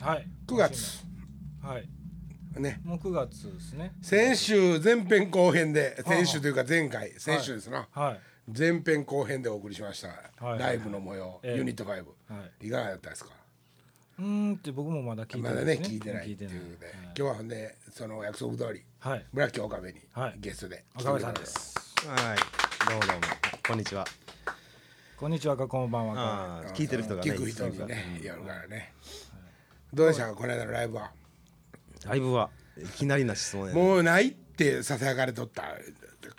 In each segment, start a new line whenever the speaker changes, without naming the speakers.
はい
9月
はい
ね
もう9月ですね
先週前編後編で先週というか前回先週ですな、
はい
前編後編でお送りしました、
はい
ライブの模様、
ええ
ユニット5、
はい
いかがだったですか
うーんって僕もまだ聞いて
ま
な
だ
い
ね
です
聞いてないっていうね、
聞いてない
今日はほんでその約束通り
はい
村木岡部に
はい
ゲストで来て
赤
も
部
らいま
さ
した
んです
はい。どうもどうも。こんにちは。
こんにちはかこんばんはか
ああ、聞いてる人がね。
聞く人にねやるからね、どうでしたかこの間のライブは、
ライブはいきなりな質問やね。
もうないってささやかれとった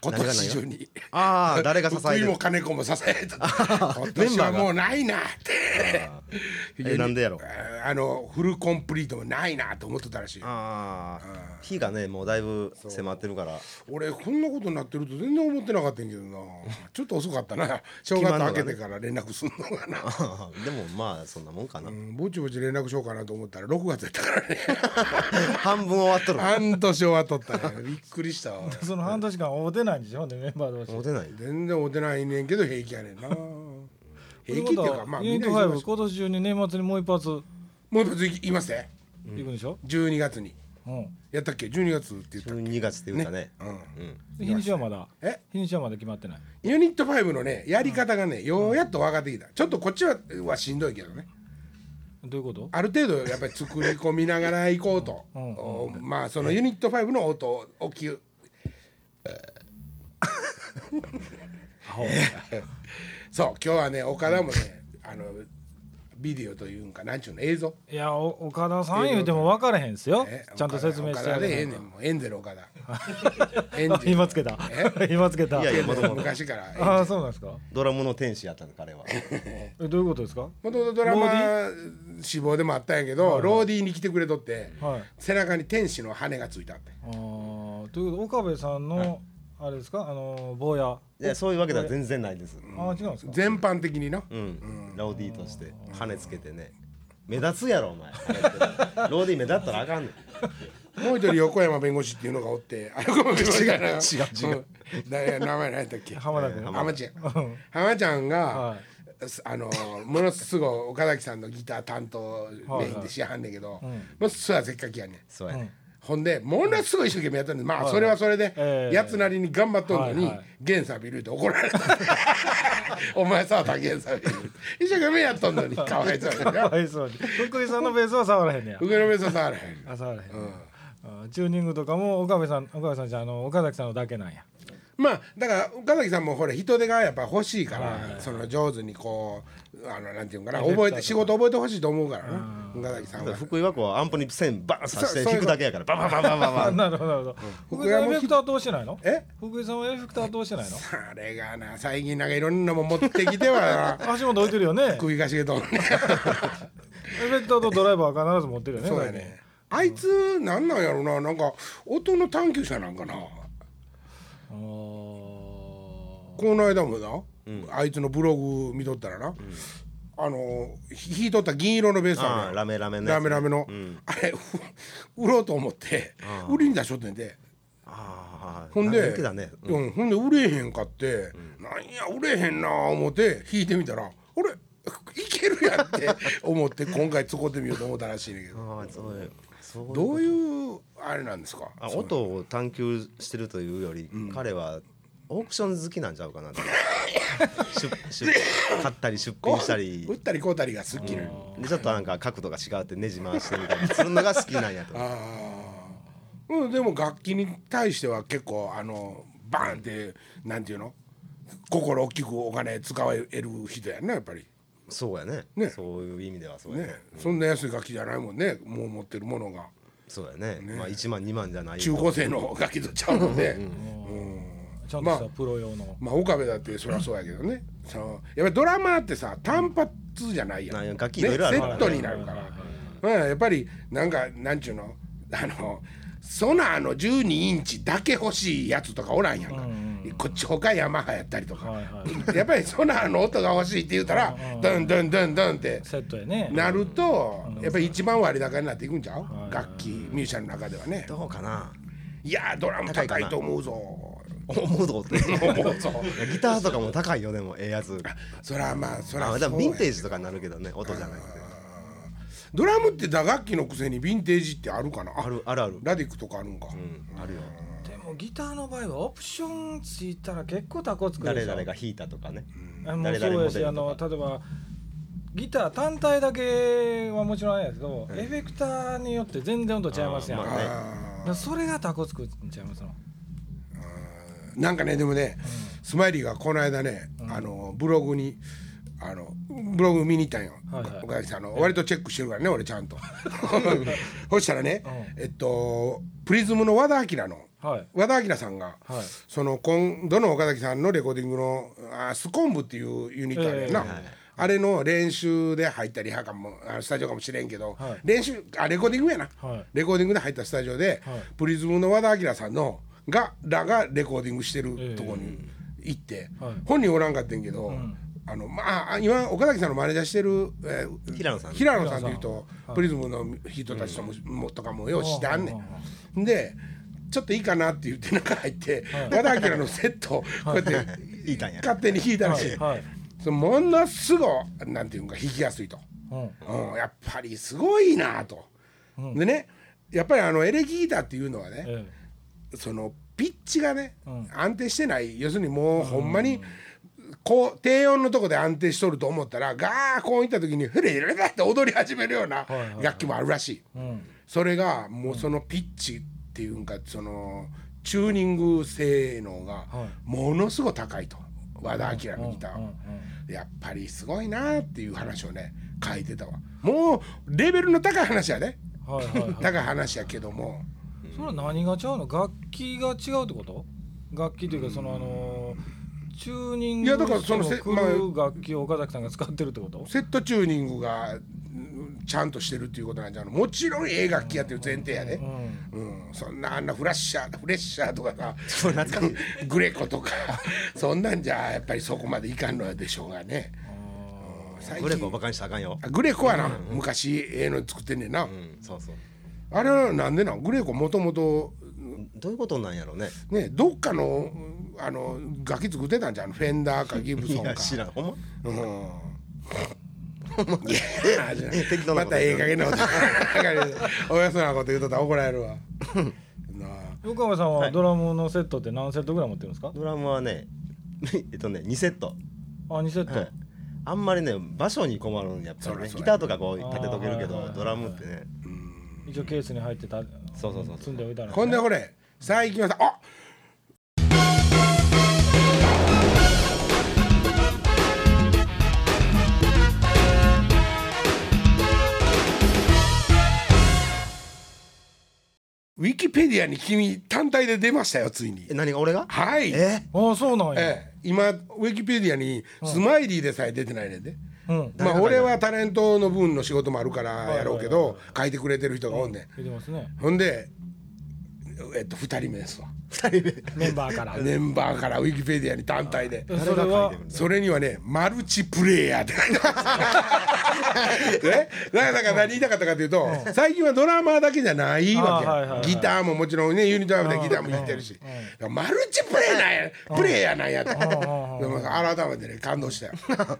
今年中に
ああ、誰が支え
福井
る
も？金子も支 えとった今年はもうないなって
えなんでやろ。
あのフルコンプリートもないなと思ってたらしい
ああ、日がねもうだいぶ迫ってるから。
俺こんなことになってると全然思ってなかったんやけどなちょっと遅かっ たな正月明けてから連絡すんのがな、
あ ーでもまあそんなもんかな
う。んぼちぼち連絡しようかなと思ったら6月やったからね
半分終わっとる。
半年終わっとったねびっくりしたわ俺
その半年間会うてないんでしょでメンバー同士
モテない。
全然おてないねんけど平気やねんな平気っていうかまあ
ユ
みん
ニッ
な
ト5
忙しい
今年中に年末にもう一発行
もう一発言いますね
くんでしょ
12月に
うん
やったっけ12月って言ったっ
12月って言うたね。
け、うん
うん。
で日にちはまだ
え
日にちはまだ決まってない
ユニット5のねやり方がねようやっと分かってきたちょっとこっちははしんどいけどね
どういうこと
ある程度やっぱり作り込みながら行こうと
うんうん
おまあそのユニット5の音を大きく そう今日はね岡田もねあのビデオというんかなんちゅうの映像
いやお岡田さん言うても分からへんですよ
ね
ちゃんと説明してや
岡田
ら
でええ
へん
ね
と
んもうエンゼル岡田エ ン
あ
ゼル
今つけた
え
今つけた
いやいやもともと
昔からエンゼル
ああそうなんですか
ドラムの天使やったの彼は。
え どういうことですか
もともとドラマー志望でもあったんやけど、ローディーに来てくれとって、
はい
背中に天使の羽がついたって
あーということで岡部さんのあれですかあの坊や
いやそういうわけでは全然ないです。
あー違うんですか
全般的にな、
うん。ラオディとして羽つけてね。目立つやろお前。 ローディ目立ったらあかんねん。
もう一人横山弁護士っていうのがおってあ横山弁護士がな
違う違う
うん誰や名前何やったっけ
浜田君
浜ちゃん浜ちゃんが、すあのものすごい岡崎さんのギター担当メインでしはんねんけど、ものすごいせっかきやねん
そうやね。
ほんでものすごい一生懸命やったんでまあそれはそれで、
ええ
やつなりに頑張っとんのに、
はいはい
ゲンサビルって怒られた お前さあゲンサビル一生懸命やっとんの にかわいそうに
か
な
わいそうに福井さんのベースは触らへんねや
上の目さ触らへん
あ触らへん、あーチューニングとかも岡部さん岡部さんじゃああの岡崎さんのだけなんや
まあだから岡崎さんもほら人手がやっぱ欲しいから、その上手にこうあのなんていうんかな覚えて仕事覚えてほしいと思うからな岡崎さんは
福井はこうアンプに線バーン刺
そ
し
そ
て弾
ういうこ
く
と
だけやからバンバンバンバンバンバン
あなるほどなるほど福井さんエフェクター通してないの
え
福井さんはエフェクター通してないの
あれがな最近なんかいろんなもん持ってきては な
足元置いてるよねエフ
首かしげとんね
ェクターとドライバーは必ず持ってるよね
そうやね。あいつなんなんやろな、なんか音の探求者なんかな。
あー
この間もな、あいつのブログ見とったらな、あのひ弾いとった銀色のベースあるや
あ
ん
ーラメラメのや
ラ
つ
メ
ね
ラメの、あれ う売ろうと思って売りに出しとってんで。
ああ
ほん
な
で
か人気だね
うんほんで売れへんかって、なんや売れへんな思って弾いてみたら俺いけるやんって思って今回使ってみようと思ったらしいねんだけど
ああそういうそういう
どういうあれなんですか
あ音を探求してるというより、彼はオークション好きなんちゃうか な出出買ったり出品したり
打ったりこうたりが好きなの
でちょっとなんか角度が違うってねじ回してみたりするのが好きなんやと
ああうんでも楽器に対しては結構あのバーンってなんていうの心大きくお金使える人やんなやっぱり
そうやね
ね
そういう意味ではそうやね
ねそんな安い楽器じゃないもんねもう持ってるものが
そうやねまあ1万2万じゃない
中高生の楽器とちゃうもんね
ちゃんとし
ま
たプロ用の、
まあ岡部だってそりゃそうやけどねそのやっぱりドラマーってさ単発じゃないやん
なんや楽器い
ね
ろいろあるからね
セットになるから、うん、やっぱりなんかなんちゅうのあのソナーの12インチだけ欲しいやつとかおらんやんか、こっち他ヤマハやったりとか、
はいは
やっぱりソナーの音が欲しいって言ったらドンドンドンドンって
セットやね
なるとやっぱり一番割高になっていくんちゃう、楽器ミュージシャンの中ではね
どうかない
やードラム高いと思うぞ
思うぞって
思うぞ
いやギターとかも高いよでもええやつ
そらまあそら
あ
そう
で
や
もヴィンテージとかになるけどね音じゃなくて
ドラムって打楽器のくせにヴィンテージってあるかな
あるあるある
ラディックとかあるんか、
うんあるよ
でもギターの場合はオプションついたら結構タコつくでし
誰
ょ
々が弾いたとかね
あもう
誰々
そうや
モデルとか
しあの例えばギター単体だけはもちろんあれやけど、エフェクターによって全然音違いますやん、
あーま
だか
ね
あー
らそれがタコつくんちゃいますの
なんかねでもね、スマイリーがこの間ね、あのブログにあのブログ見に行ったんよ、
はいはい
おかげさんあの割とチェックしてるからね俺ち ゃんと そしたらね、えっとプリズムの和田明の
はい
和田明さんが、
はい
その今度の岡崎さんのレコーディングのあスコンブっていうユニットあるやんな、
ええ
あれの練習で入ったリハかもあスタジオかもしれんけど、
はい
練習あレコーディングやな、
はい
レコーディングで入ったスタジオで、
はい
プリズムの和田明さんのがらがレコーディングしてるとこに行って、
はい
本人おらんかってんけど、あのまあ今岡崎さんのマネージャーしてる、えー
平野さん
平野さんっていうとプリズムの人たちとも,、もとかもよう知ってあんね
うんうん
ん。でちょっといいかなって言って中入って、和田明のセットをこうやって
弾いたんや
勝手に弾いたらしい、
はい、
そのものすごいなんていうんか弾きやすいと、
うん
うん、やっぱりすごいなと、でねやっぱりあのエレキギターっていうのはね、
え
そのピッチがね、
うん
安定してない要するにもうほんまに、こう低音のとこで安定しとると思ったらガーこういった時にフレレレレって踊り始めるようない
はいはい
楽器もあるらしい、
えうん
それがもうそのピッチっていうんかそのチューニング性能が
は
ものすごい高いと和田明のギターは、
うんうん
やっぱりすごいなっていう話をね書いてたわもうレベルの高い話やね
うんはいはいはい
高い話やけども。
それは何が違うの楽器が違うってこと楽器というかそのあのーチューニング
いやだからその
して
せまあ
も来る楽器を岡崎さんが使ってるってこと
セットチューニングがうんちゃんとしてるっていうことなんじゃうのもちろんええ楽器やってる前提やで、
うん
うん、そんなあんなフラッシャーフレッシャーとかさ
そう懐かしい
グレコとか そんなんじゃやっぱりそこまでいかんのでしょうがね 最
グレコ
近
をバカにしたらあかんよ
あグレコはな、昔ええの作ってんねんな、
うんそうそう
あれはなんでなんグレコもともと
どういうことなんやろうね
ねどっかのあの楽器作ってたんじゃんフェンダーかギブ ソ
い
ンか
や知らんほんま
うん
適当なこと言う
またええ加減なこと おやそなこと言うとったら怒られる わなあ
横山さんはドラムのセットって何セットぐらい持ってるんですか、
ドラムはね えっとね2セット
あ2セット、
はいあんまりね場所に困るんやっぱり
そら
ね
そら
ギターとかこう立てとけるけ
あーはいは
ど
いはい
ドラムってね
一応ケースに入ってた
そうそうそうそ
積
うん
でおいたの
こんでこれ最近はさあウィキペディアに君単体で出ましたよついに
え何が俺が
はい
え
ああそうなんや、
ええ、今ウィキペディアにスマイリーでさえ出てないねんで、
うん
まあ俺はタレントの分の仕事もあるからやろう
はいは
け
い
ど書いてくれてる人がおんねん、
出てますね
ほんでえっと2人目ですわ
2人
メンバーから
メンバーからウィキペディアに単体で
それは
それにはねマルチプレイヤーって書いてますねだから何言いたかったかというと最近はドラマーだけじゃないわけ
あはいはいは
や
い
ギターももちろんねユニットアームでギターも弾いてるしだからマルチプレイなんやプレイヤーなんやとでも改めてね感動したよ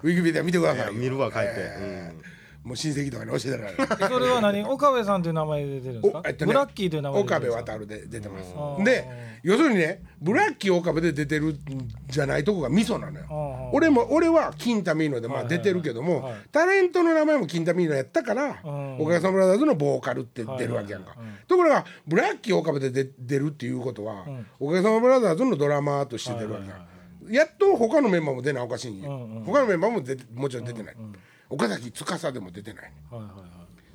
ウィキペディア見てください
目見るわ書いて
えーもう親戚とかに教えたからね
それは何岡部さんという名前で出てるんですか、
おえっとね
ブラッキーという名前で
岡
出て
部
るんですか
渡るで出てます
うん
で要するにねブラッキー岡部で出てるんじゃないとこがミソなのよ
うんうん
俺も俺は金タミーノでまあ出てるけども、
はい
タレントの名前も金タミーノやったから、
うん
おかげさまブラザーズのボーカルって出るわけやんか、ところがブラッキー岡部で出出るっていうことは、おかげさまブラザーズのドラマーとして出るわけやん、やっと他のメンバーも出ないおかしいんよ、
うんうん
他のメンバーも出てもちろん出てない、岡崎司でも出てない、
はいはいはい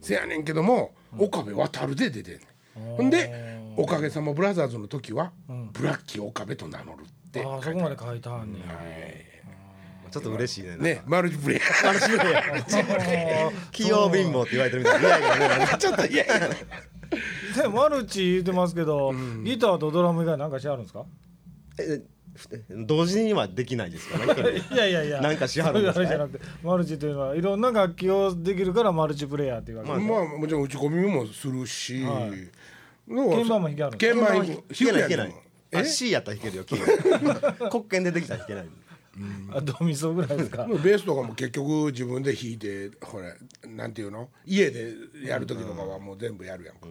せやねんけども、岡部渡るで出てんねんほんで「おかげさまブラザーズ」の時は、ブラッキー岡部と名乗るって
ああそこまで書いたんね
ちょっと嬉しいねなん
ね
か
マルチプレイヤー
器用貧乏って言われてるみたいな嫌やけどねなんか
ちょっと嫌や
でマルチ言ってますけど、ギターとドラム以外なんかしはるんですか
ええ同時にはできないですからね
いやいやいや
なんかしはるんですか
そういうあれじゃなくてマルチというのはいろんな楽器をできるからマルチプレイヤーっていうわけ、
まあ、もちろん打ち込みもするし、どう
鍵盤も弾けあるんです
鍵盤
弾けない弾け
や
ない
ね ん
あ C やったら弾けるよ器用黒鍵出てきたら弾けない
あドミソぐらいですか
もうベースとかも結局自分で弾いてほらなんていうの家でやる時とかはもう全部やるやんか、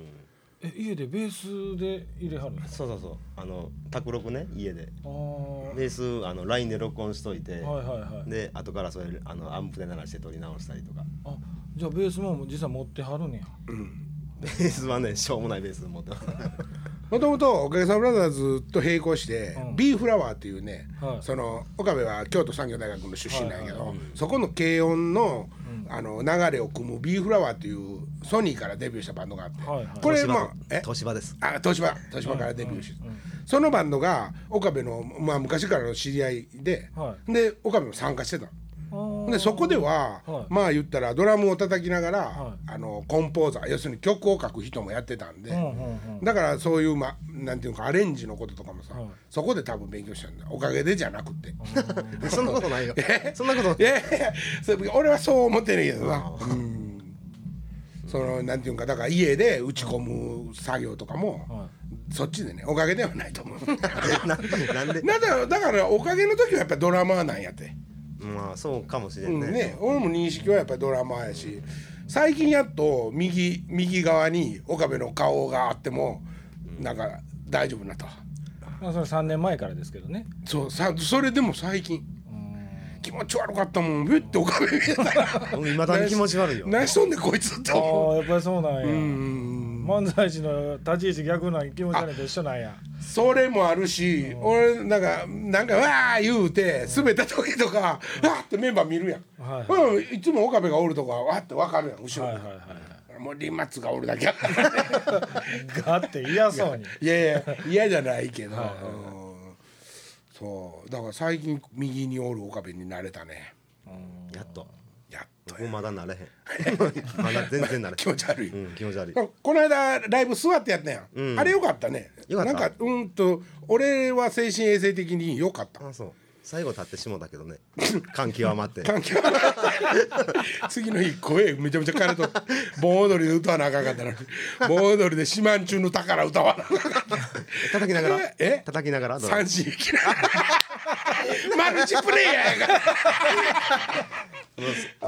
え家でベースで入れはるんです
そうそうそうあの卓録ね家で
あー
ベースあの LINE で録音しといて、
はいはいはい
で後からそれあのアンプで鳴らして撮り直したりとか
あじゃあベースも実は持ってはるんや
ベースはねしょうもないベース持 ってます
もともとおかげさまブラザーズと並行して、
うん
B フラワーっていうね、
はい
その岡部は京都産業大学の出身なんやけど、そこの軽音の,、あの流れを組む B フラワーっていうソニーからデビューしたバンドがあって、
はいはい
これ
東
ま
芝
あえ
東芝です
あ東芝東芝からデビューして、そのバンドが岡部の、まあ、昔からの知り合いで、
は
で岡部も参加してたの。
あー
でそこでは、
はい
まあ言ったらドラムを叩きながら、
は
あのコンポーザー要するに曲を書く人もやってたんで、
うんうんうん
だからそういう、ま、なんていうかアレンジのこととかもさ、
はい
そこで多分勉強したんだおかげでじゃなくて。
そんなことない よそんなことない
いやいやいやそれ俺はそう思ってないけどな。うんそのなんていうんかだから家で打ち込む作業とかも、
は
そっちでねおかげではないと思う
ななんで
なんだろうだからおかげの時はやっぱドラマーなんやって、
まあそうかもしれ
うんん
ね,、
ね俺も認識はやっぱりドラマーやし最近やっと右右側に岡部の顔があってもなんか大丈夫になったわ
まあそれ3年前からですけどね
そうさそれでも最近
うん
気持ち悪かったもんビュッておかげ見えた ら
俺未だに気持ち悪いよ
何しとんねんこいつって
ああ
思う
ーやっぱりそうなんや
うん
漫才師の立ち位置逆な気持ち悪いのと一緒なんや
それもあるし俺なんかなんかわー言うて滑った時とかわーってメンバー見るやん、
はい
うんいつも岡部がおるとかわーってわかるやん後ろ
はい
に、
はいはい
もうリンマッツがおる だけや
ガって嫌そうに
いやいや嫌じゃないけど、うんそうだから最近右におる岡部に慣れたね
やっと
やっと
もうまだなれへん まだ全然なれ
気持ち悪い、
へん、うん、気持ち悪い
この間ライブ座ってやったやん、あれよかったね
よかった
なんかうんと俺は精神衛生的によか った
あそう最後立ってしもうたけどね 感極ま って
環境次の日声めちゃめちゃ枯れと盆踊りで歌わなあかんかっ たのに盆踊りで「四万中の宝」歌わなあかんかった
叩きながら
え
叩きながらどう
三振いきな マルチプレイヤーやから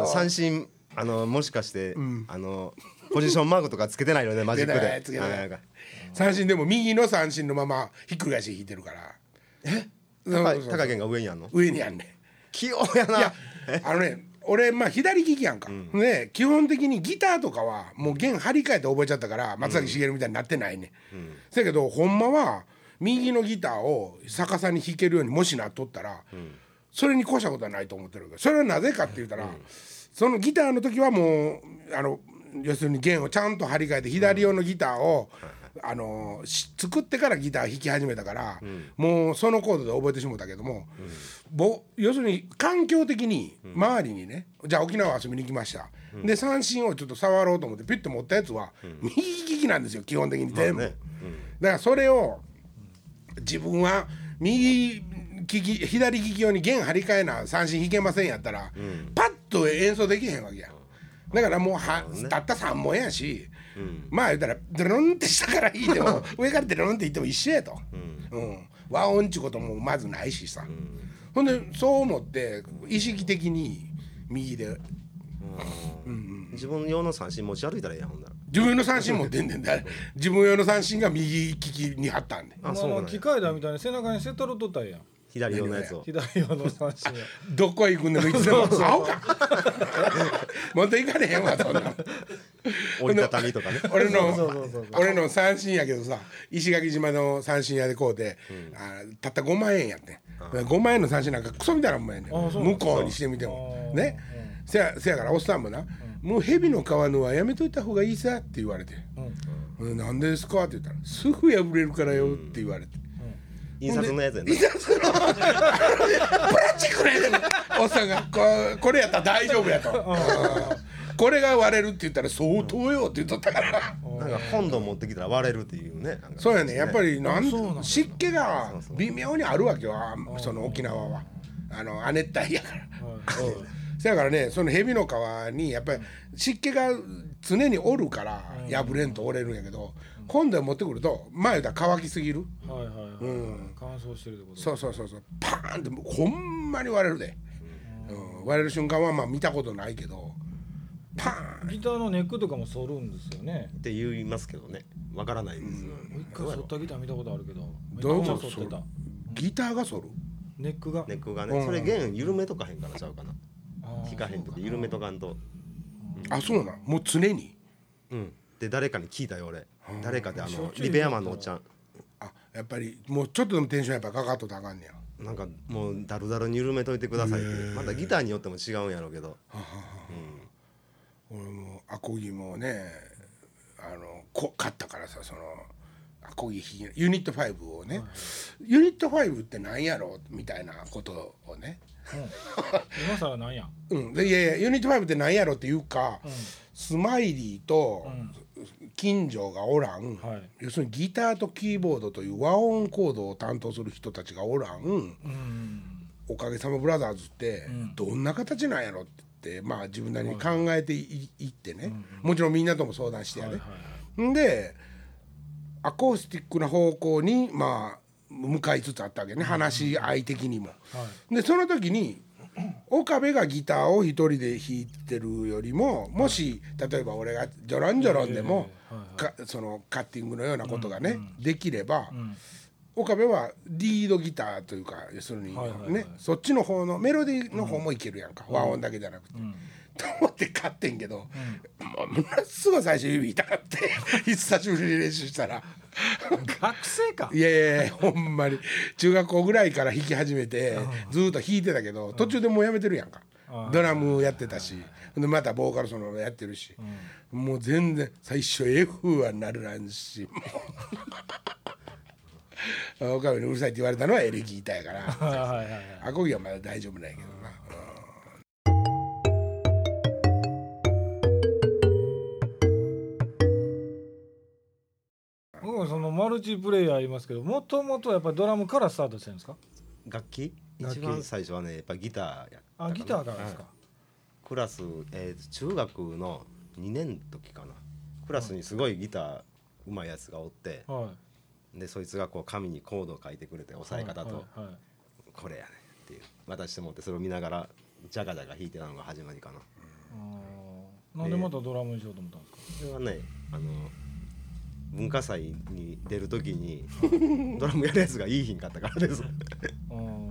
三振あのもしかして、あのポジションマークとかつけてないよねマジック
つけてない
で
つけてない
あなんか
三振でも右の三振のままひっくり返して弾いてるから
高
そうそうそう
高源が上にあんの
上にやんねん
器用やない
やあのね俺まあ左利きやんか、ね基本的にギターとかはもう弦張り替えて覚えちゃったから松崎しげるみたいになってないね、ん、せやけどほんまは右のギターを逆さに弾けるようにもしなっとったら、それに越したことはないと思ってるけどそれはなぜかって言ったら、そのギターの時はもうあの要するに弦をちゃんと張り替えて左用のギターを、あのし作ってからギター弾き始めたから、もうそのコードで覚えてしもたけども、ぼ要するに環境的に周りにね、じゃあ沖縄遊びに行きました、で三振をちょっと触ろうと思ってピュッと持ったやつは、右利きなんですよ基本的に全部、
まあね
だからそれを自分は右利き左利き用に弦張り替えな三振弾けませんやったら、パッと演奏できへんわけやだからもうは、たった3問やし、まあ言うたらドロンって下から弾いて も上からドロンって弾いても一緒やと、うん和音っちゅうこともまずないしさ、ほんでそう思って意識的に右で
自分用の三振持ち歩いたらええやんほんなら
自分の三振持ってんねんだ自分用の三振が右利きに張ったんで
あ
あそうな
の
ん
機
や
械だみたいに背中にセトロ取ったらええやん
左用のやつを
左用の三振や
どこへ行くんでもいつでも青か持って行かれへんわそんなん
折りたたみとかね
俺
そうそうそうそ
の
う
俺の三振やけどさ石垣島の三振屋でこうて、あたった5万円やってん、5万円の三振なんかクソみたいなもんやねん
あそうなん
向こうにしてみても
あー
ね、せやせやからおっさんもな、もう蛇の皮のはやめといた方がいいさって言われて「うんなんでですか?」って言ったら「すぐ破れるからよ」って言われて。
印刷のやつや
い
ね
ざそのプラチックのやつおっさんがここれやったら大丈夫やとうんこれが割れるって言ったら相当よって言っとったから
なんか本土持ってきたら割れるっていうねなんか
そうやねやっぱりなん湿気が微妙にあるわけよあその沖縄はあの亜熱帯やから
はい
うんせやからねその蛇の皮にやっぱり湿気が常におるから破れんと折れるんやけど今度は持ってくると前言うたら乾きすぎる
はいはいはい、乾燥してるってこと
そうそうそうそうパーンってほんまに割れるで、うん、割れる瞬間はまあ見たことないけどパーン
ギターのネックとかも反るんですよね
って言いますけどねわからないです、
一回反ったギター見たことあるけど
どうい
めっ
うこと
ちゃ反ってた
ギターが反る
ネックが
ネックがね、それ弦緩めとかへんからちゃうかな
あー
弾かへんとか緩めとかんと
あそうなんもう常に
うんで誰かに聞いたよ俺誰かであのリベアマンのおっちゃん
あやっぱりもうちょっとでもテンションやっぱかかっとったらあかんねや
なんかもうだるだるに緩めといてくださいってまたギターによっても違うんやろうけど
俺もアコギもねあのこ買ったからさそのアコギ弾きユニット5をね、ユニット5ってなんやろみたいなことをね、
今更なんや
うん、でいやいやユニット5ってなんやろっていうか、スマイリーと近所がおらん、
はい
要するにギターとキーボードという和音コードを担当する人たちがおらん、
うん
おかげさまブラザーズってどんな形なんやろって言ってまあ自分なりに考えていいってね、もちろんみんなとも相談してやね、んでアコースティックな方向にまあ向かいつつあったわけね話し合い的にも。でその時に岡部がギターを一人で弾いてるよりももし例えば俺がジョロンジョロンでもかそのカッティングのようなことがねできれば岡部はリードギターというか要するに
はいはいはい
ねそっちの方のメロディーの方もいけるやんか和音だけじゃなくて。と思って買ってんけど、もうものすごい最初指痛くて 久しぶりに練習したら。
学生か
いやいやいやほんまに中学校ぐらいから弾き始めてずーっと弾いてたけど途中でもうやめてるやんかドラムやってたしでまたボーカルそのやってるしもう全然最初 F はなるらんし もう岡部にうるさいって言われたのはエレキギターやか
は
ら
いはいはいはい
アコギはまだ大丈夫なんやけどな。
僕もそのマルチプレイヤーありますけどもともとやっぱりドラムからスタートしてるんですか
楽器
楽器
一番最初はねやっぱギターやったかな
あギターからですか
はいクラス、えー中学の2年の時かなクラスにすごいギターうまいやつがおって
はい
でそいつがこう紙にコードを書いてくれて押さえ方と
はいはい
「これやね」っていう渡してもってそれを見ながらジャガジャガ弾いてたのが始まりかな
あーなんでまたドラムにしようと思ったんですか
それはねあの文化祭に出る時 にドラムやるやつがいいひんかったからです
あー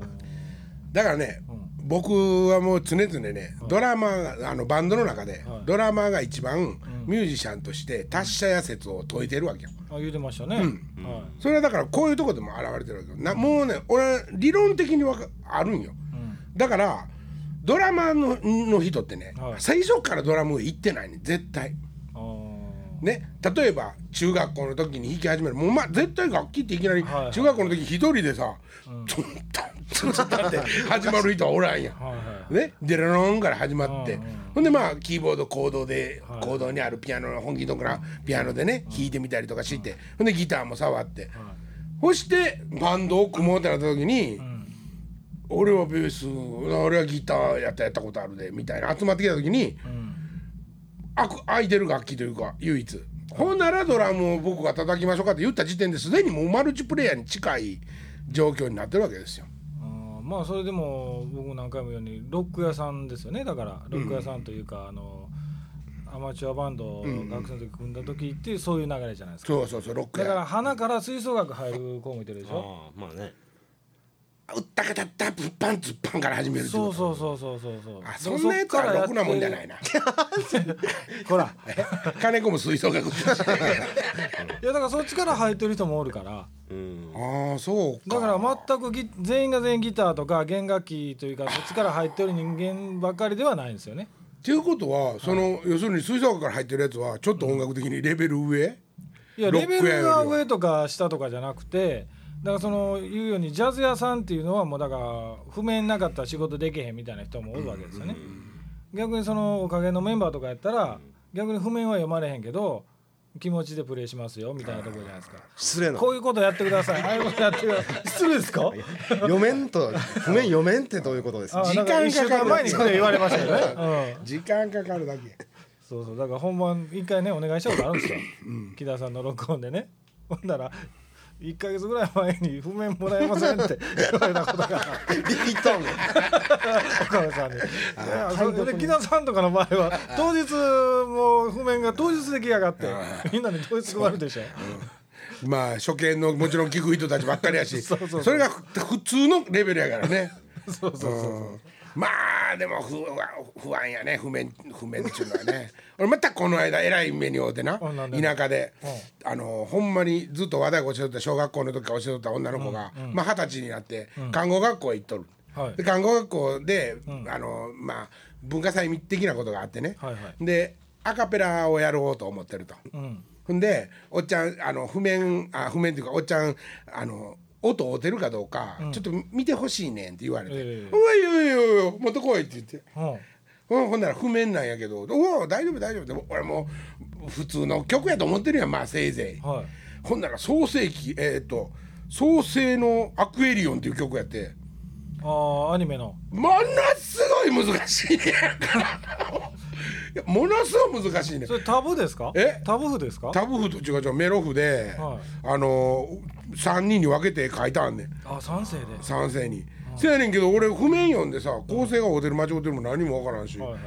だからね、僕はもう常々ね、ドラマーがあのバンドの中で、
はい
ドラマーが一番ミュージシャンとして達者や説を解いてるわけよ。
あ言うてましたね、はい
それはだからこういうとこでも現れてるわけよなもうね俺理論的にはあるんよ、だからドラマーのの人ってね、
はい
最初からドラム行ってないね絶対
あー
ね例えば中学校の時に弾き始めるもうま絶対楽器っていきなり
はいはい
中学校の時一人でさ「トントントントン」って始まる人はおらんやん。
はいはい
ね、デラロンから始まって、
うんうん
ほんでまあキーボードコードで、
はい
コードにあるピアノの本気のなピアノでね、弾いてみたりとかして、ほんでギターも触って、そしてバンドを組もうってなった時に、俺はベース俺はギターやったやったことあるでみたいな集まってきた時に、あく空いてる楽器というか唯一。ほんならドラムを僕が叩きましょうかって言った時点ですでにもうマルチプレイヤーに近い状況になってるわけですよ。
あーまあそれでも僕も何回も言うようにロック屋さんですよねだからロック屋さんというか、あのアマチュアバンドを学生の時組んだ時っていうそういう流れじゃないですか、
そうそうそうロック
だ
や
から花から吹奏楽入る子もいてるでしょ
ああまあね
うったかたったぶっぱんつっぱんから始めるってこ
そ
と
うそうそうそうそうそう
あそんなやつはろくなもんじゃない
な
な
ほら
金子も吹奏楽 だし
いやだからそっちから入ってる人もおるから
うん
ああそうか
だから全くギ全員が全員ギターとか弦楽器というかそっちから入ってる人間ばかりではないんですよね
っていうことはその、要するに吹奏楽から入ってるやつはちょっと音楽的にレベル上、
いや
ロ
レ
ック屋
ベ
よりは
ルが上とか下とかじゃなくてだからその言うようにジャズ屋さんっていうのはもうだから譜面なかったら仕事できへんみたいな人もおるわけですよね逆にそのおかげのメンバーとかやったら逆に譜面は読まれへんけど気持ちでプレイしますよみたいなところじゃないですか
失礼な
こういうことやってくださいああいうことやってください失礼ですか
読めんと譜面読めんってどういうことです
あ
か
あ
時
な
間
ん
かかる
一週間前にそれ言われましたよね、うん、
時間かかるだけ
そうそうだから本番一回ねお願いしたことあるんですよ、木田さんの録音でねほんなら1か月ぐらい前に譜面もらえませんって言われたことが
言ったんね
岡部さんにいやそれで木田さんとかの場合は当日もう譜面が当日できやがってみんなに当日配るでしょ
まあ初見のもちろん聞く人たちばっかりや し
そうそうそう
れがふ普通のレベルやからね
そうそうそう
うんまあでも不安不安やね不面不面っていうのはね俺またこの間えらい目に遭うてな
あなんで
田舎で、あのほんまにずっと和太鼓教えとった小学校の時から教えとった女の子が、まあ、二十歳になって看護学校へ行っとる、
はい
で看護学校で、あのまあ、文化祭的なことがあってね、
はいは
でアカペラをやろうと思ってると。
うん
ほんでおっちゃんあの譜面あ譜面っていうかおっちゃんあの音合うてるかどうか、ちょっと見てほしいねんって言われて「
ええ
うわいよいよいよ持ってこい」って言って。
うん
うん、ほんなら譜面なんやけど「おお大丈夫大丈夫」でも俺もう普通の曲やと思ってるやんまあせいぜい、
はい
ほんなら創世紀えーっと「創世のアクエリオン」っていう曲やって
ああアニメの
ものすごい難しいねやんかいやものすごい難しいねん
それタブですか
え
タブ譜ですか
タブ譜と違う違うメロ譜で、
は
あの3人に分けて書いたんねん
あ三世で
賛成に。せやねんけど俺譜面読んでさ構成が合うてる間違うてるも何も分からんし、
はいはい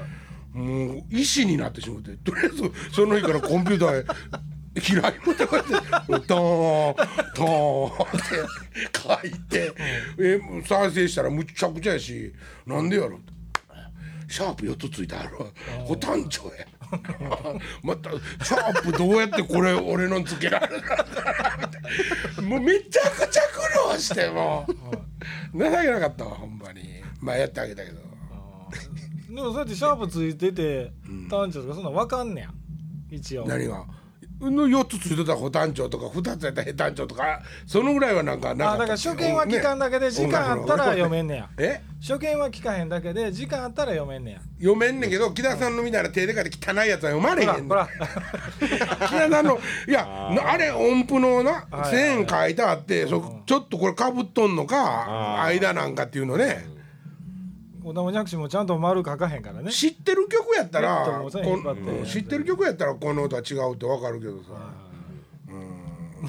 もう意思になってしまってとりあえずその日からコンピューターへ開いてこうやってドーンドーンって書いて、え賛成したらむちゃくちゃやしなんでやろって。シャープ4つついてあるわ保単調やまたシャープどうやってこれ俺のつけられるかなもうめちゃくちゃ苦労してもう情けなかったわほんまにまあやってあげたけど
でもそうやってシャープついてて単調とかそんなんわかんねや一応
何がの4つついてたら保単調とか2つやったら平単調とかそのぐらいはなんかな
あだから初見は聞かんだけで時間あったら読めんねや
え
初見は聞かへんだけで時間あったら読めんねや
読めんねんけど木田さんのみたいな手でかいて汚いやつは読まれへんねん
ほら
木田さんのいやなあれ音符のな
はい
線書いてあってそちょっとこれかぶっとんのか間なんかっていうのね
小玉ジャクシもちゃんと丸書かへんからね
知ってる曲やった
ちょ
ら
っともうそれ
こ
引っ張って
んうん知ってる曲やったらこの音は違うってわかるけどさ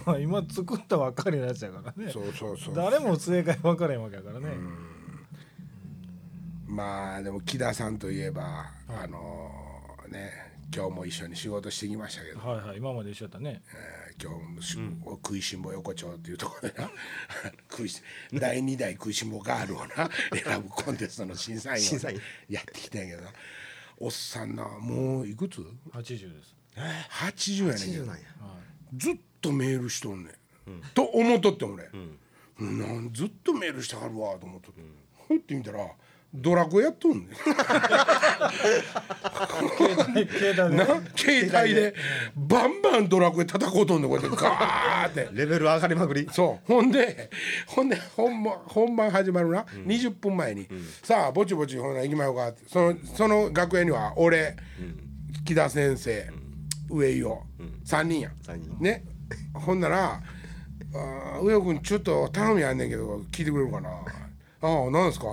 まあ今作ったばっかりのやつやからね
そうそうそう
誰も正解分からへんわけやからね
まあでも木田さんといえばあのーね今日も一緒に仕事してきましたけど
はいはい今まで一緒やったね
えー今日もし、食いしん坊横丁っていうところでな 食いし第2代食いしん坊ガールをな選ぶコンテストの審査員を
審査員
やってきたんやけどなおっさんなもういくつ
80です
80やねんけど
なんや
ずっとメールしとんねん、と思っとってん俺、なんずっとメールしてはるわと思っとって、ふって見たらドラクエやっとんねん
携帯
な
で
携帯でバンバンドラクエ叩こうとんねんこうやってガーって。
レベル上がりまくり
そうほんでほんで本番本番始まるな、20分前に、さあぼちぼちほな行きましょうかってそのその学園には俺、木田先生、上井を、3人や
三人
ねほんなら「あー上尾君ちょっと頼みあんねんけど聞いてくれるかな」「ああなんですか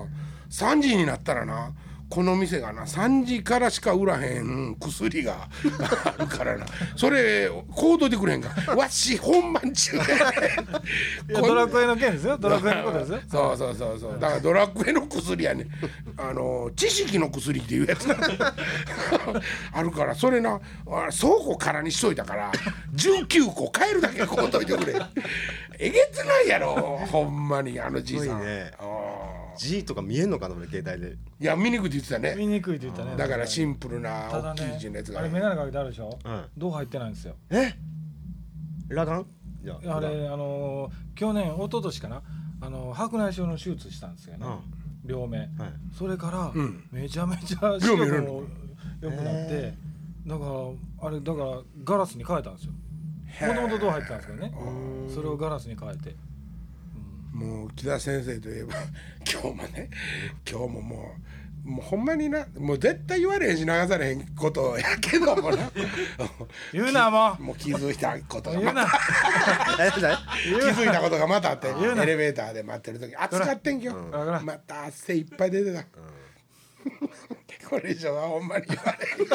3時になったらなこの店がな3時からしか売らへん薬が あるからなそれ行動でくれへんかわし本番中やねん
いやドラクエの件ですよドラクエのことですよ
そうそうそうそうだからドラクエの薬やねあの知識の薬っていうやつな あるからそれなあ倉庫空にしといたから19個買えるだけ 買うといてくれえげつないやろほんまにあのじいさん
すごいね
あー
G とか見えんのかな俺携帯で
いや見にくいって言ってた
見
ね
にくいって言ったね
だからシンプルな
ただ
大きい
ね
字のやつが
あれ眼鏡かけてあるでしょ
うん
どう入ってないんですよ
えラガンじゃ
あれあのー去年一昨年かなあのー白内障の手術したんですよね、両目、
はい
それから、
うん
めちゃめちゃ視
両目
力
良い
も良くなってだからあれだからガラスに変えたんですよもともとどう入ってたんですけどねそれをガラスに変えて
もう木田先生といえば今日もね今日ももうもうほんまになもう絶対言われへんし流されへんことやけどもな
言うなも
もう気づいたこと
う
が
言うな
気づいたことがまたあって
うな
エレベーターで待ってる時暑かってんけど、
だから
また汗いっぱい出てた、 これ以上はほんまに言われへん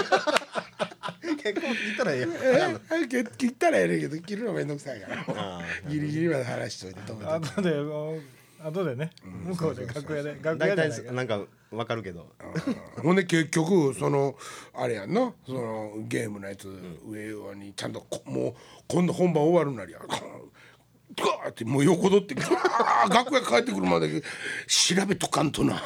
結婚聞いたらええよ
えー切ったらええねんけど切るのめんどくさいから
あ
ギリギリまで話しといて止めて
後でもう後でね向こうで楽屋で楽
大
屋で
体なんかわかるけど
ほんで結局そのあれやんなそのゲームのやつ上にちゃんとこもう今度本番終わるなりやガーってもう横取ってガー楽屋帰ってくるまで調べとかんとな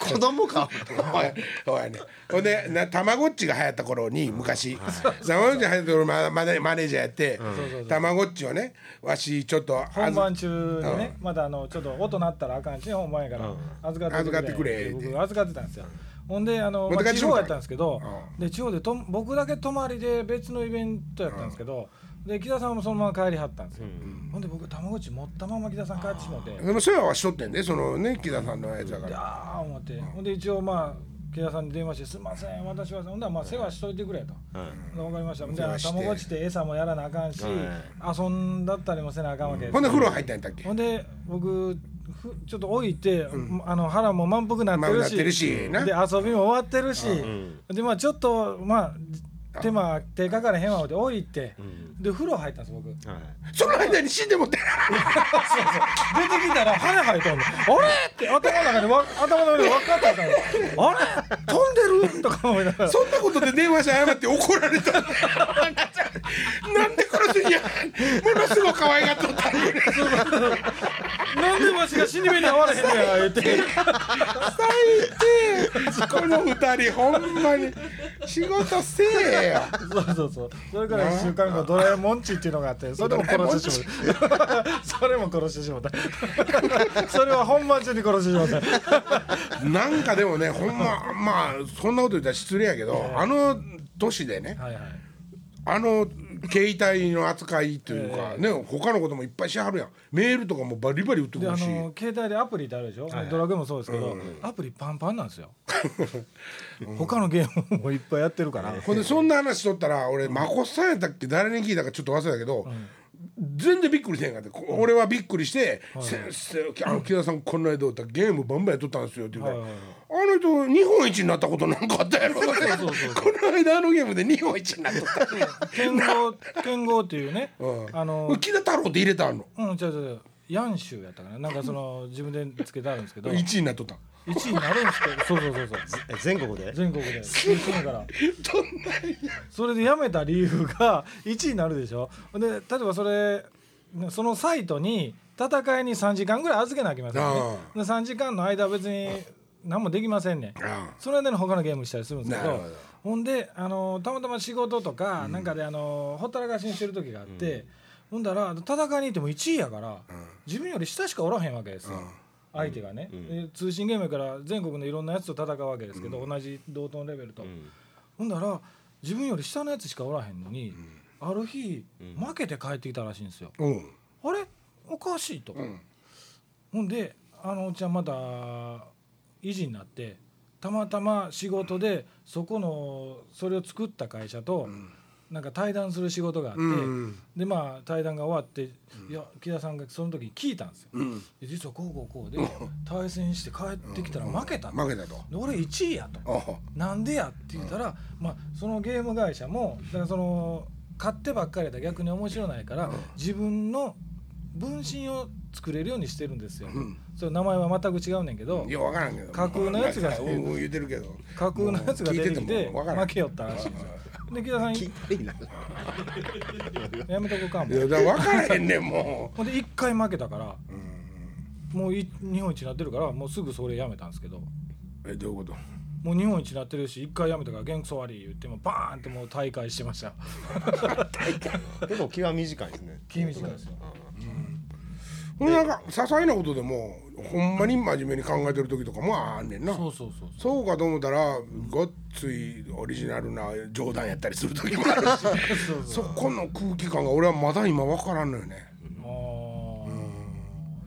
子供か
おいおいねほんでなたまごっちが流行った頃に昔たまごっちが流行った頃ママネマネージャーやってたまごっちをねわしちょっとあ
本
ず
番中にね、まだあのちょっと音鳴ったらあかんしね本番やから、預かって
預かってくれ
って僕預かってたんですよほんであの、
持
ま
って
あ、
帰って
地
しも
方
うた
やったんですけど、で地方でと僕だけ泊まりで別のイベントやったんですけど、で木田さんもそのまま帰りはったんですよ、ほんで僕たまごっち持ったまま木田さん帰ってしもうて
でもそれはわしとってんでそのね木田さんのやつだか
で
ら。
ああ思ってほんで一応まあ木田さんに電話して「すみません私は」ほんならまあ世話しといてくれと。わかりました。じゃあ、
世話して
たまごっちで餌もやらなあかんし、遊んだったりもせなあかんわけです
ほんで風呂入ったんやったっけ
ほんで僕ふちょっと置いて、あの腹も満腹なってる
なっ
して
るしな
で遊びも終わってるし、でまあちょっとまあ手間手かかれへんわ思って置いて、で風呂入ったんです僕 出て
その間に死んでもって
きたら腹入っとんのあれって頭の中でわ頭の上で分かってたのあれ飛んでるとか思いながら
そんなことで電話して謝って怒られ たなんでこの人にものすごく可愛がっとったのに
なんでわしが死に目に遭われへんのや言って
最低この二人ほんまに仕事せえよ
そうそうそうそれから1週間後ドラえもんちっていうのがあってそれも殺してしまったそれも殺してしまったそれは本番中に殺してしまった
なんかでもねほんままあそんなこと言ったら失礼やけどあの年でね
はいはい
あの携帯の扱いというかね他のこともいっぱいしはるやんメールとかもバリバリ打ってく
であ
るし
の携帯でアプリってあるでしょ、ドラクエもそうですけど、アプリパンパンなんですよ他のゲームもいっぱいやってるから、
ほんでそんな話しとったら俺まこさんやったっけ誰に聞いたかちょっと忘れたけど、全然びっくりしてへんかってこ俺はびっくりして「先生 あの木田さんこんな間おったらゲームバンバンやっとったんですよ」って言うから「
はいはい
あの人日本一になったことなんかあったやろ」 この間あのゲームで日本一になっ とった
剣豪剣豪っていうね、
うん
あの
木田太郎って入れたの
うん違う違うヤンシューやったかななんかその自分でつけてあるんですけど1
1位になっとった
位になるんですけどそうそうそうそう
え全国で
全国 でそうだから
どんな
それで辞めた理由が 1位になるでしょで例えばそれそのサイトに戦いに3時間ぐらい預けなきゃいけませんねで3時間の間別に何もできませんねん
あ
その間に他のゲームしたりするんですけ
な
ど
るほど
ほんであのたまたま仕事とかなんかであのほったらかしにしてる時があって、ほんだら戦いに行っても1位やから、自分より下しかおらへんわけですよ。相手がね、で通信ゲームやから全国のいろんなやつと戦うわけですけど、同じ同等のレベルと、ほんだら自分より下のやつしかおらへんのに、ある日、負けて帰ってきたらしいんですよ。
うん
あれおかしいと、ほんであのおっちゃんまた維持になってたまたま仕事でそこのそれを作った会社と、なんか対談する仕事があって、
うん
でまあ対談が終わって、いや木田さんがその時に聞いたんですよ、
うん
で実はこうこうこうで対戦して帰ってきたら負けたと、
負けたと
で俺1位やと、
ああ
なんでやって言ったら、まあ、そのゲーム会社もだからその買ってばっかりだと逆に面白ないから、自分の分身を作れるようにしてるんですよ。それ名前は全く違うねんけど
よう分からんけど
架空のやつが
うんうん言うてるけど
架空のやつが出てき
聞い
て
てもわからん
負けよったらしいんですよ。で木田さん
聞いていいな
やめとこうかも
いやだから分からへんねんもう。
ほんで1回負けたから、もうい日本一になってるからもうすぐそれやめたんですけど。
えどういうこと
もう日本一になってるし一回やめたから元気そう悪い言ってもバーンってもう大会してました
結構気は短い ですね
気短いですよ
ほんでなんか些細なことでもほんまに真面目に考えてる時とかもあんねんな
そうそうそう
そうかと思ったらごっついオリジナルな冗談やったりする時もあ るしそこの空気感が俺はまだ今分からんのよね
あー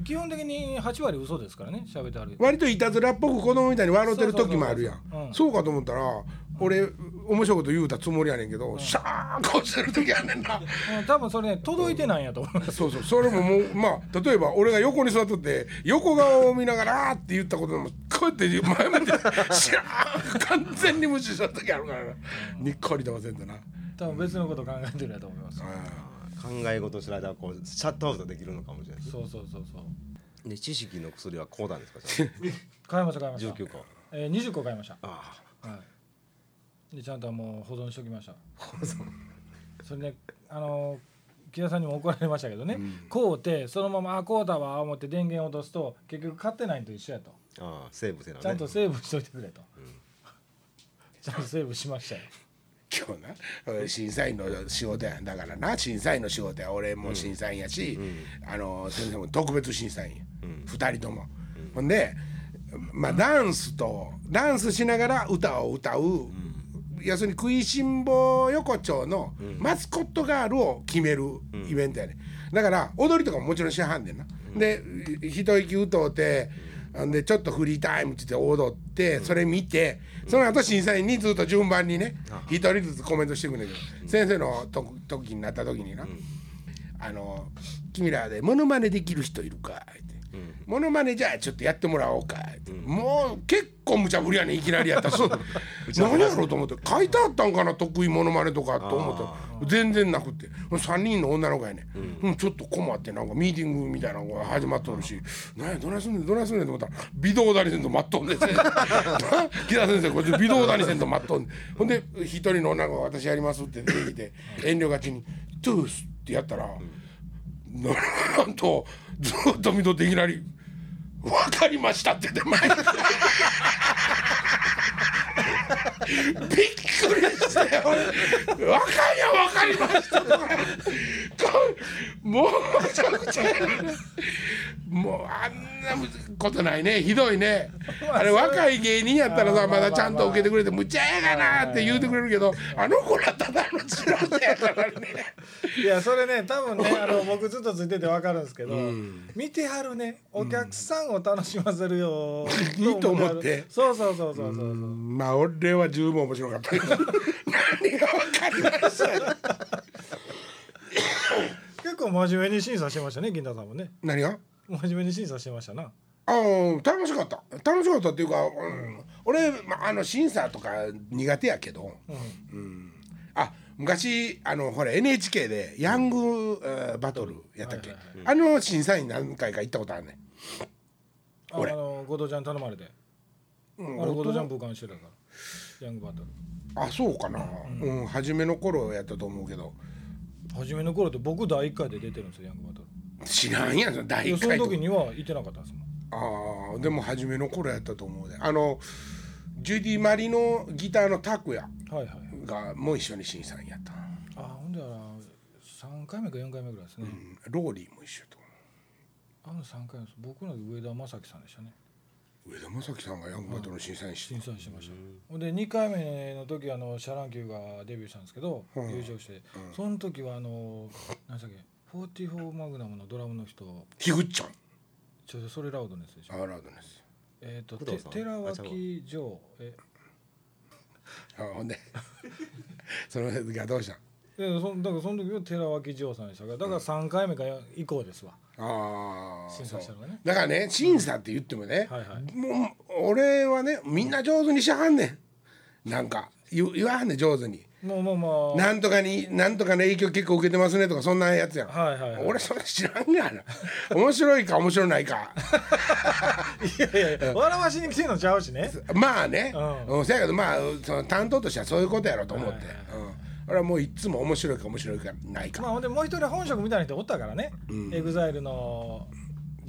基本的に8割嘘ですからね喋ってある
割といたずらっぽく子供みたいに笑ってる時もあるや
そうそうそうそうん
そうかと思ったら俺面白いこと言うたつもりやねんけどシャーンこうしてる時あんねんな
うん多分それね届いてないんやと思います
そうそうそれももうまあ例えば俺が横に座っとって横顔を見ながらあーって言ったことでもこうやって 前までシャーン完全に無視した時あるからなにっこりとませんとな
多分別のこと考えてるやと思います
考え事しない間こうシャットアウトできるのかもしれないです
そうそうそうそう
で知識の薬はこうなんですかじゃ
買いました買
あ
いました
19個
えー、20個買いました
あ
はいでちゃんともう保存しておきましたそれであの木田さんにも怒られましたけどね、こうてそのままあこうだわ思って電源落とすと結局買ってないのと一緒やと
あああセーブせなね
ちゃんとセーブしといてくれと、ちゃんとセーブしましたよ
今日な審査員の仕事やんだからな審査員の仕事や俺も審査員やし、あの先生も特別審査員や、2人とも、ほんでまあダンスとダンスしながら歌を歌う、要するに食いしん坊横丁のマスコットガールを決めるイベントやね、だから踊りとかももちろんしはんねんな、で一息歌うて、んでちょっとフリータイムって言って踊って、それ見てその後審査員にずっと順番にね一人ずつコメントしていくんだけど、先生のと時になった時にな「あの君らでモノマネできる人いるか?」って。モノマネじゃあちょっとやってもらおうか、ってもう結構無茶ぶりやねんいきなりやったし 何やろうと思って書いてあったんかな得意モノマネとかと思ったら全然なくって3人の女の子やね、んうん、ちょっと困ってなんかミーティングみたいなのが始まっとるし「何やどないすんねんどないすんねん」と思ったら微動だにせんと待っとん で木田先生こっち微動だにせんと待っとんでほんで一人の女の子が「私やります」って出てきて遠慮がちに「トゥース」ってやったら。なんとずっと見とっていきなり「分かりました」って言って前にびっくりしたよ「分かんや分かりました」とかこうもうめちゃくちゃもうあんなことないねひどいねあれ若い芸人やったら
まあま
さま
あまあ
だちゃんと受けてくれて「むちゃやがな」って言うてくれるけどあの子らただの素人やからね。
いやそれね多分ねあの僕ずっとついてて分かるんですけど、見てはるねお客さんを楽しませるよ、
うんいいと思って
そうそうそうそうそうそう
まあ俺は十分面白かったけど 何が分かりました
結構真面目に審査してましたね銀太さんもね
何が
真面目に審査してましたな
ああ楽しかった楽しかったっていうか、うん俺、まあ、あの審査とか苦手やけど、うんあ昔あのほら NHK でヤング、えーバトルやったっけ、
はい
あの審査員何回か行ったことあるねん
あ
俺
の後藤ちゃん頼まれて、
ん
あの後藤ちゃん傍観してたからヤングバトル
あそうかな、うん初めの頃やったと思うけど
初めの頃って僕第一回で出てるんですよヤングバト
知らんやん第
ルいや
一
その
回と
時にはいてなかったんですもん
ああでも初めの頃やったと思うであのジュディ・マリのギターの拓也
はいはい
がもう一緒に審査員やったな、
あほんであら3回目か4回目ぐらいですね、
うん、ローリーも一緒と
あの3回目です僕の上田正樹さんでしたね
上田正樹さんがヤングバトルの審査員して
審査してましたほんで2回目の時あのシャランキューがデビューしたんですけど、
うん
優勝して、その時はあの何でしたっけ44マグナムのドラムの人
ひぐっちゃん
ちょうどそれラウドネスでしょ
アーラードです
えっ、と、
工藤
て
さん
寺
あちゃうわ
脇城、え、
あほんで その辺がどうしたん
いやそんだからその時は寺脇城さんでしたから、だから三回目かよ以降ですわ。
ああ
審査したのがね
だからね審査って言ってもね、
はいはい
もう俺はねみんな上手にしはんねんなんか言言わはんねん上手に。
もうまあまあ。
なんとかに、なんとかの影響結構受けてますねとか、そんなやつやん。
はいはいはい
俺、それ知らんがな。面白いか、面白な いか。
いやいやいや、笑わしに来てんのちゃうしね。
まあね、
う
うん、せやけど、まあ、その担当としてはそういうことやろうと思って。うん、俺はもういつも面白いか、面白いか、ない
ま
か。
あ、ほんでもう一人本職みたいな人おったからね。エグザイルの。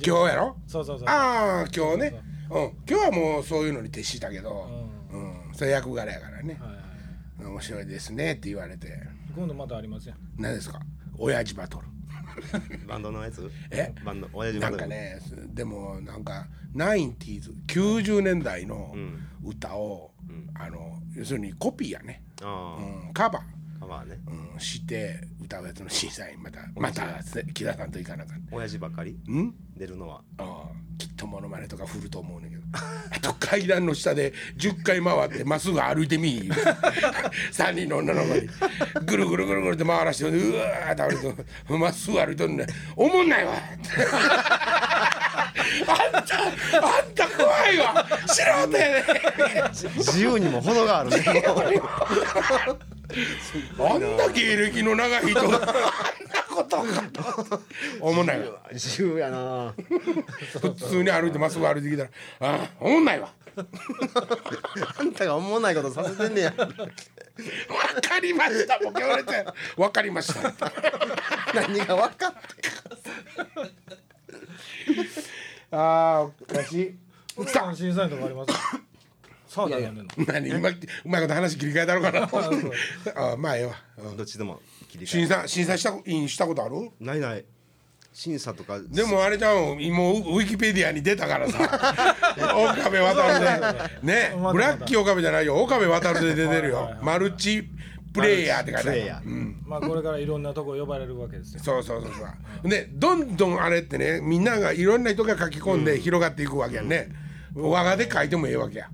今日やろ。
そうそうそう。
ああ、今日ね。うん、今日はもうそういうのに徹したけど、うん、それ役柄やからね。
はいはいはい。
面白いですねって言われて、
今度またありますやん。
何ですか。親父バ トル。
バンドのやつ
え
バンド親父バ
な
ン
ん
ド
かねでもなんか 90s 90年代の歌を、あの要するにコピーやね、
あ
う
あ、
ん、カバー
まあね
うん、して歌うやつの審査員またまた木田さんと行かなあかん
親父ばかり
うん
出るのは
ああきっとモノマネとか振ると思うねんけどあと階段の下で10回回ってまっすぐ歩い てみ3人の女の子にぐるぐるぐるぐるって回らしてうわーって歩いてまっすぐ歩いとんねんおもんないわ あんたあんた怖いわ素人やね
自由にも程があるね
あんな芸歴の長い人があんなことかとおもんないわ
自由やな
普通に歩いてまっすぐ歩いてきたら「ああおもんないわ
あんたが思わないことさせてんね や
わかりましたもう強烈やわかりました」
何が分かって
ああおかしい
奥さんの審査員とかありますさあ何やねんの
何今うまいこと話切り替えたのかなああまあええわうん
どっちでも切り替
審
え
査審査した員したことある
ないない審査とか
でもあれじゃんもうウウィキペディアに出たからさ岡部渡るでね
まだまだ
ブラッキー岡部じゃないよ岡部渡るで出てるよマルチプレイヤーって書い
プ
てあ
レイ
る
ヤー、
まあこれからいろんなとこ呼ばれるわけですよ
そうそうそうそう。でどんどんあれってねみんながいろんな人が書き込んで広がっていくわけやね。我がで書いてもええわけや。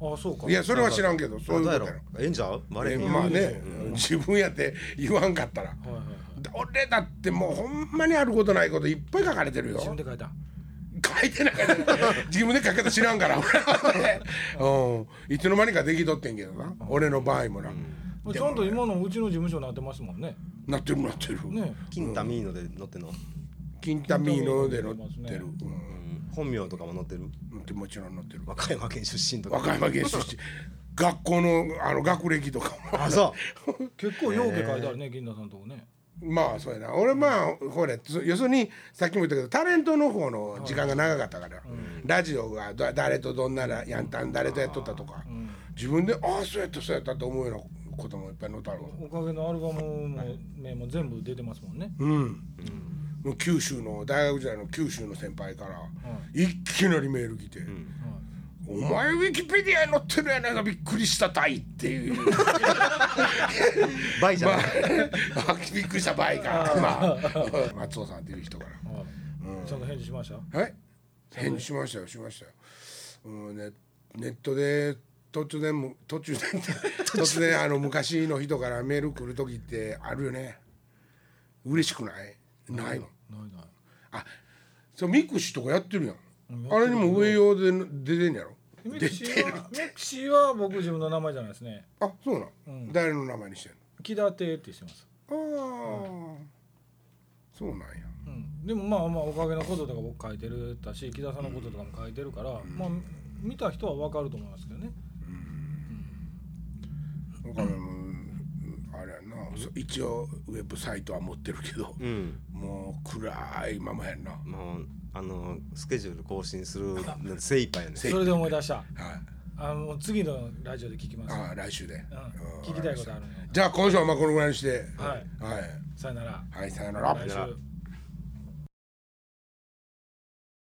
ああそうか
いやそれは知らんけどそういう
どうや
こと
ろ
やろ。
ええんじゃうバレ
え
へん
まあね、自分やって言わんかったら。
はいはいはい
俺だってもうほんまにあることないこといっぱい書かれてるよ
自分で書いたん
書いてなかった自分で書き方知らんから俺はね、うん、いつの間にかできとってんけどな俺の場合もな、
ちゃんと今のうちの事務所になってますもんね
なってるなってる、
ね
金タミーノで乗ってんの、
金田ミーノで乗ってる、
本名とかも乗ってる
うん、もちろん乗ってる
和歌山県出身と
和
か
歌山県出身学校のあの学歴とかも
あそ
結構ようけ書いてあるね銀田さんとこね
まあそうやな俺まあほらつ要するにさっきも言ったけどタレントの方の時間が長かったから、ラジオがだ誰とどんならやんたん誰とやっとったとか、自分でああそうやったそうやったと思うようなこともいっぱい載ったろ
おかげのアルバムもねもう全部出てますもんね
う、うんもう九州の大学時代の九州の先輩から、いきなりメール来て。お前ウィキペディアに載ってるやないかびっくりしたたいって いう
う倍じゃ
ま
な
あ
い、
びっくりした場合か、まあ、松尾さんっていう人か
はいちゃんと返事しました
ら。はい。返事しましたよ、しましたよ。うん、ね、ネットで。途中でも途 中で突然あの昔の人からメール来る時ってあるよね嬉しくないないの
ないない
あそうミクシーとかやってるやんあれにも上用で出てんやろ
ミクシーはミクシーは僕自分の名前じゃないですね
あそうなの、誰の名前にしてん
木田亭ってしてます
のああ、そうなんや
うん、でもまあまあおかげのこととか僕書いてるだし木田さんのこととかも書いてるから、まあ見た人は分かると思いますけどね
お金もうんあれやな、そ一応ウェブサイトは持ってるけど、
うん
もう暗いままやんな、は
もうあのスケジュール更新するの精一杯やね
それで思い出した
い、
あの次のラジオで聞きます、
ああ来週で、
うん
うん
聞きたいことあるの
じゃあ今週はまあこのぐらいにして
はい
はい、
さよなら
はい、さよなら
来週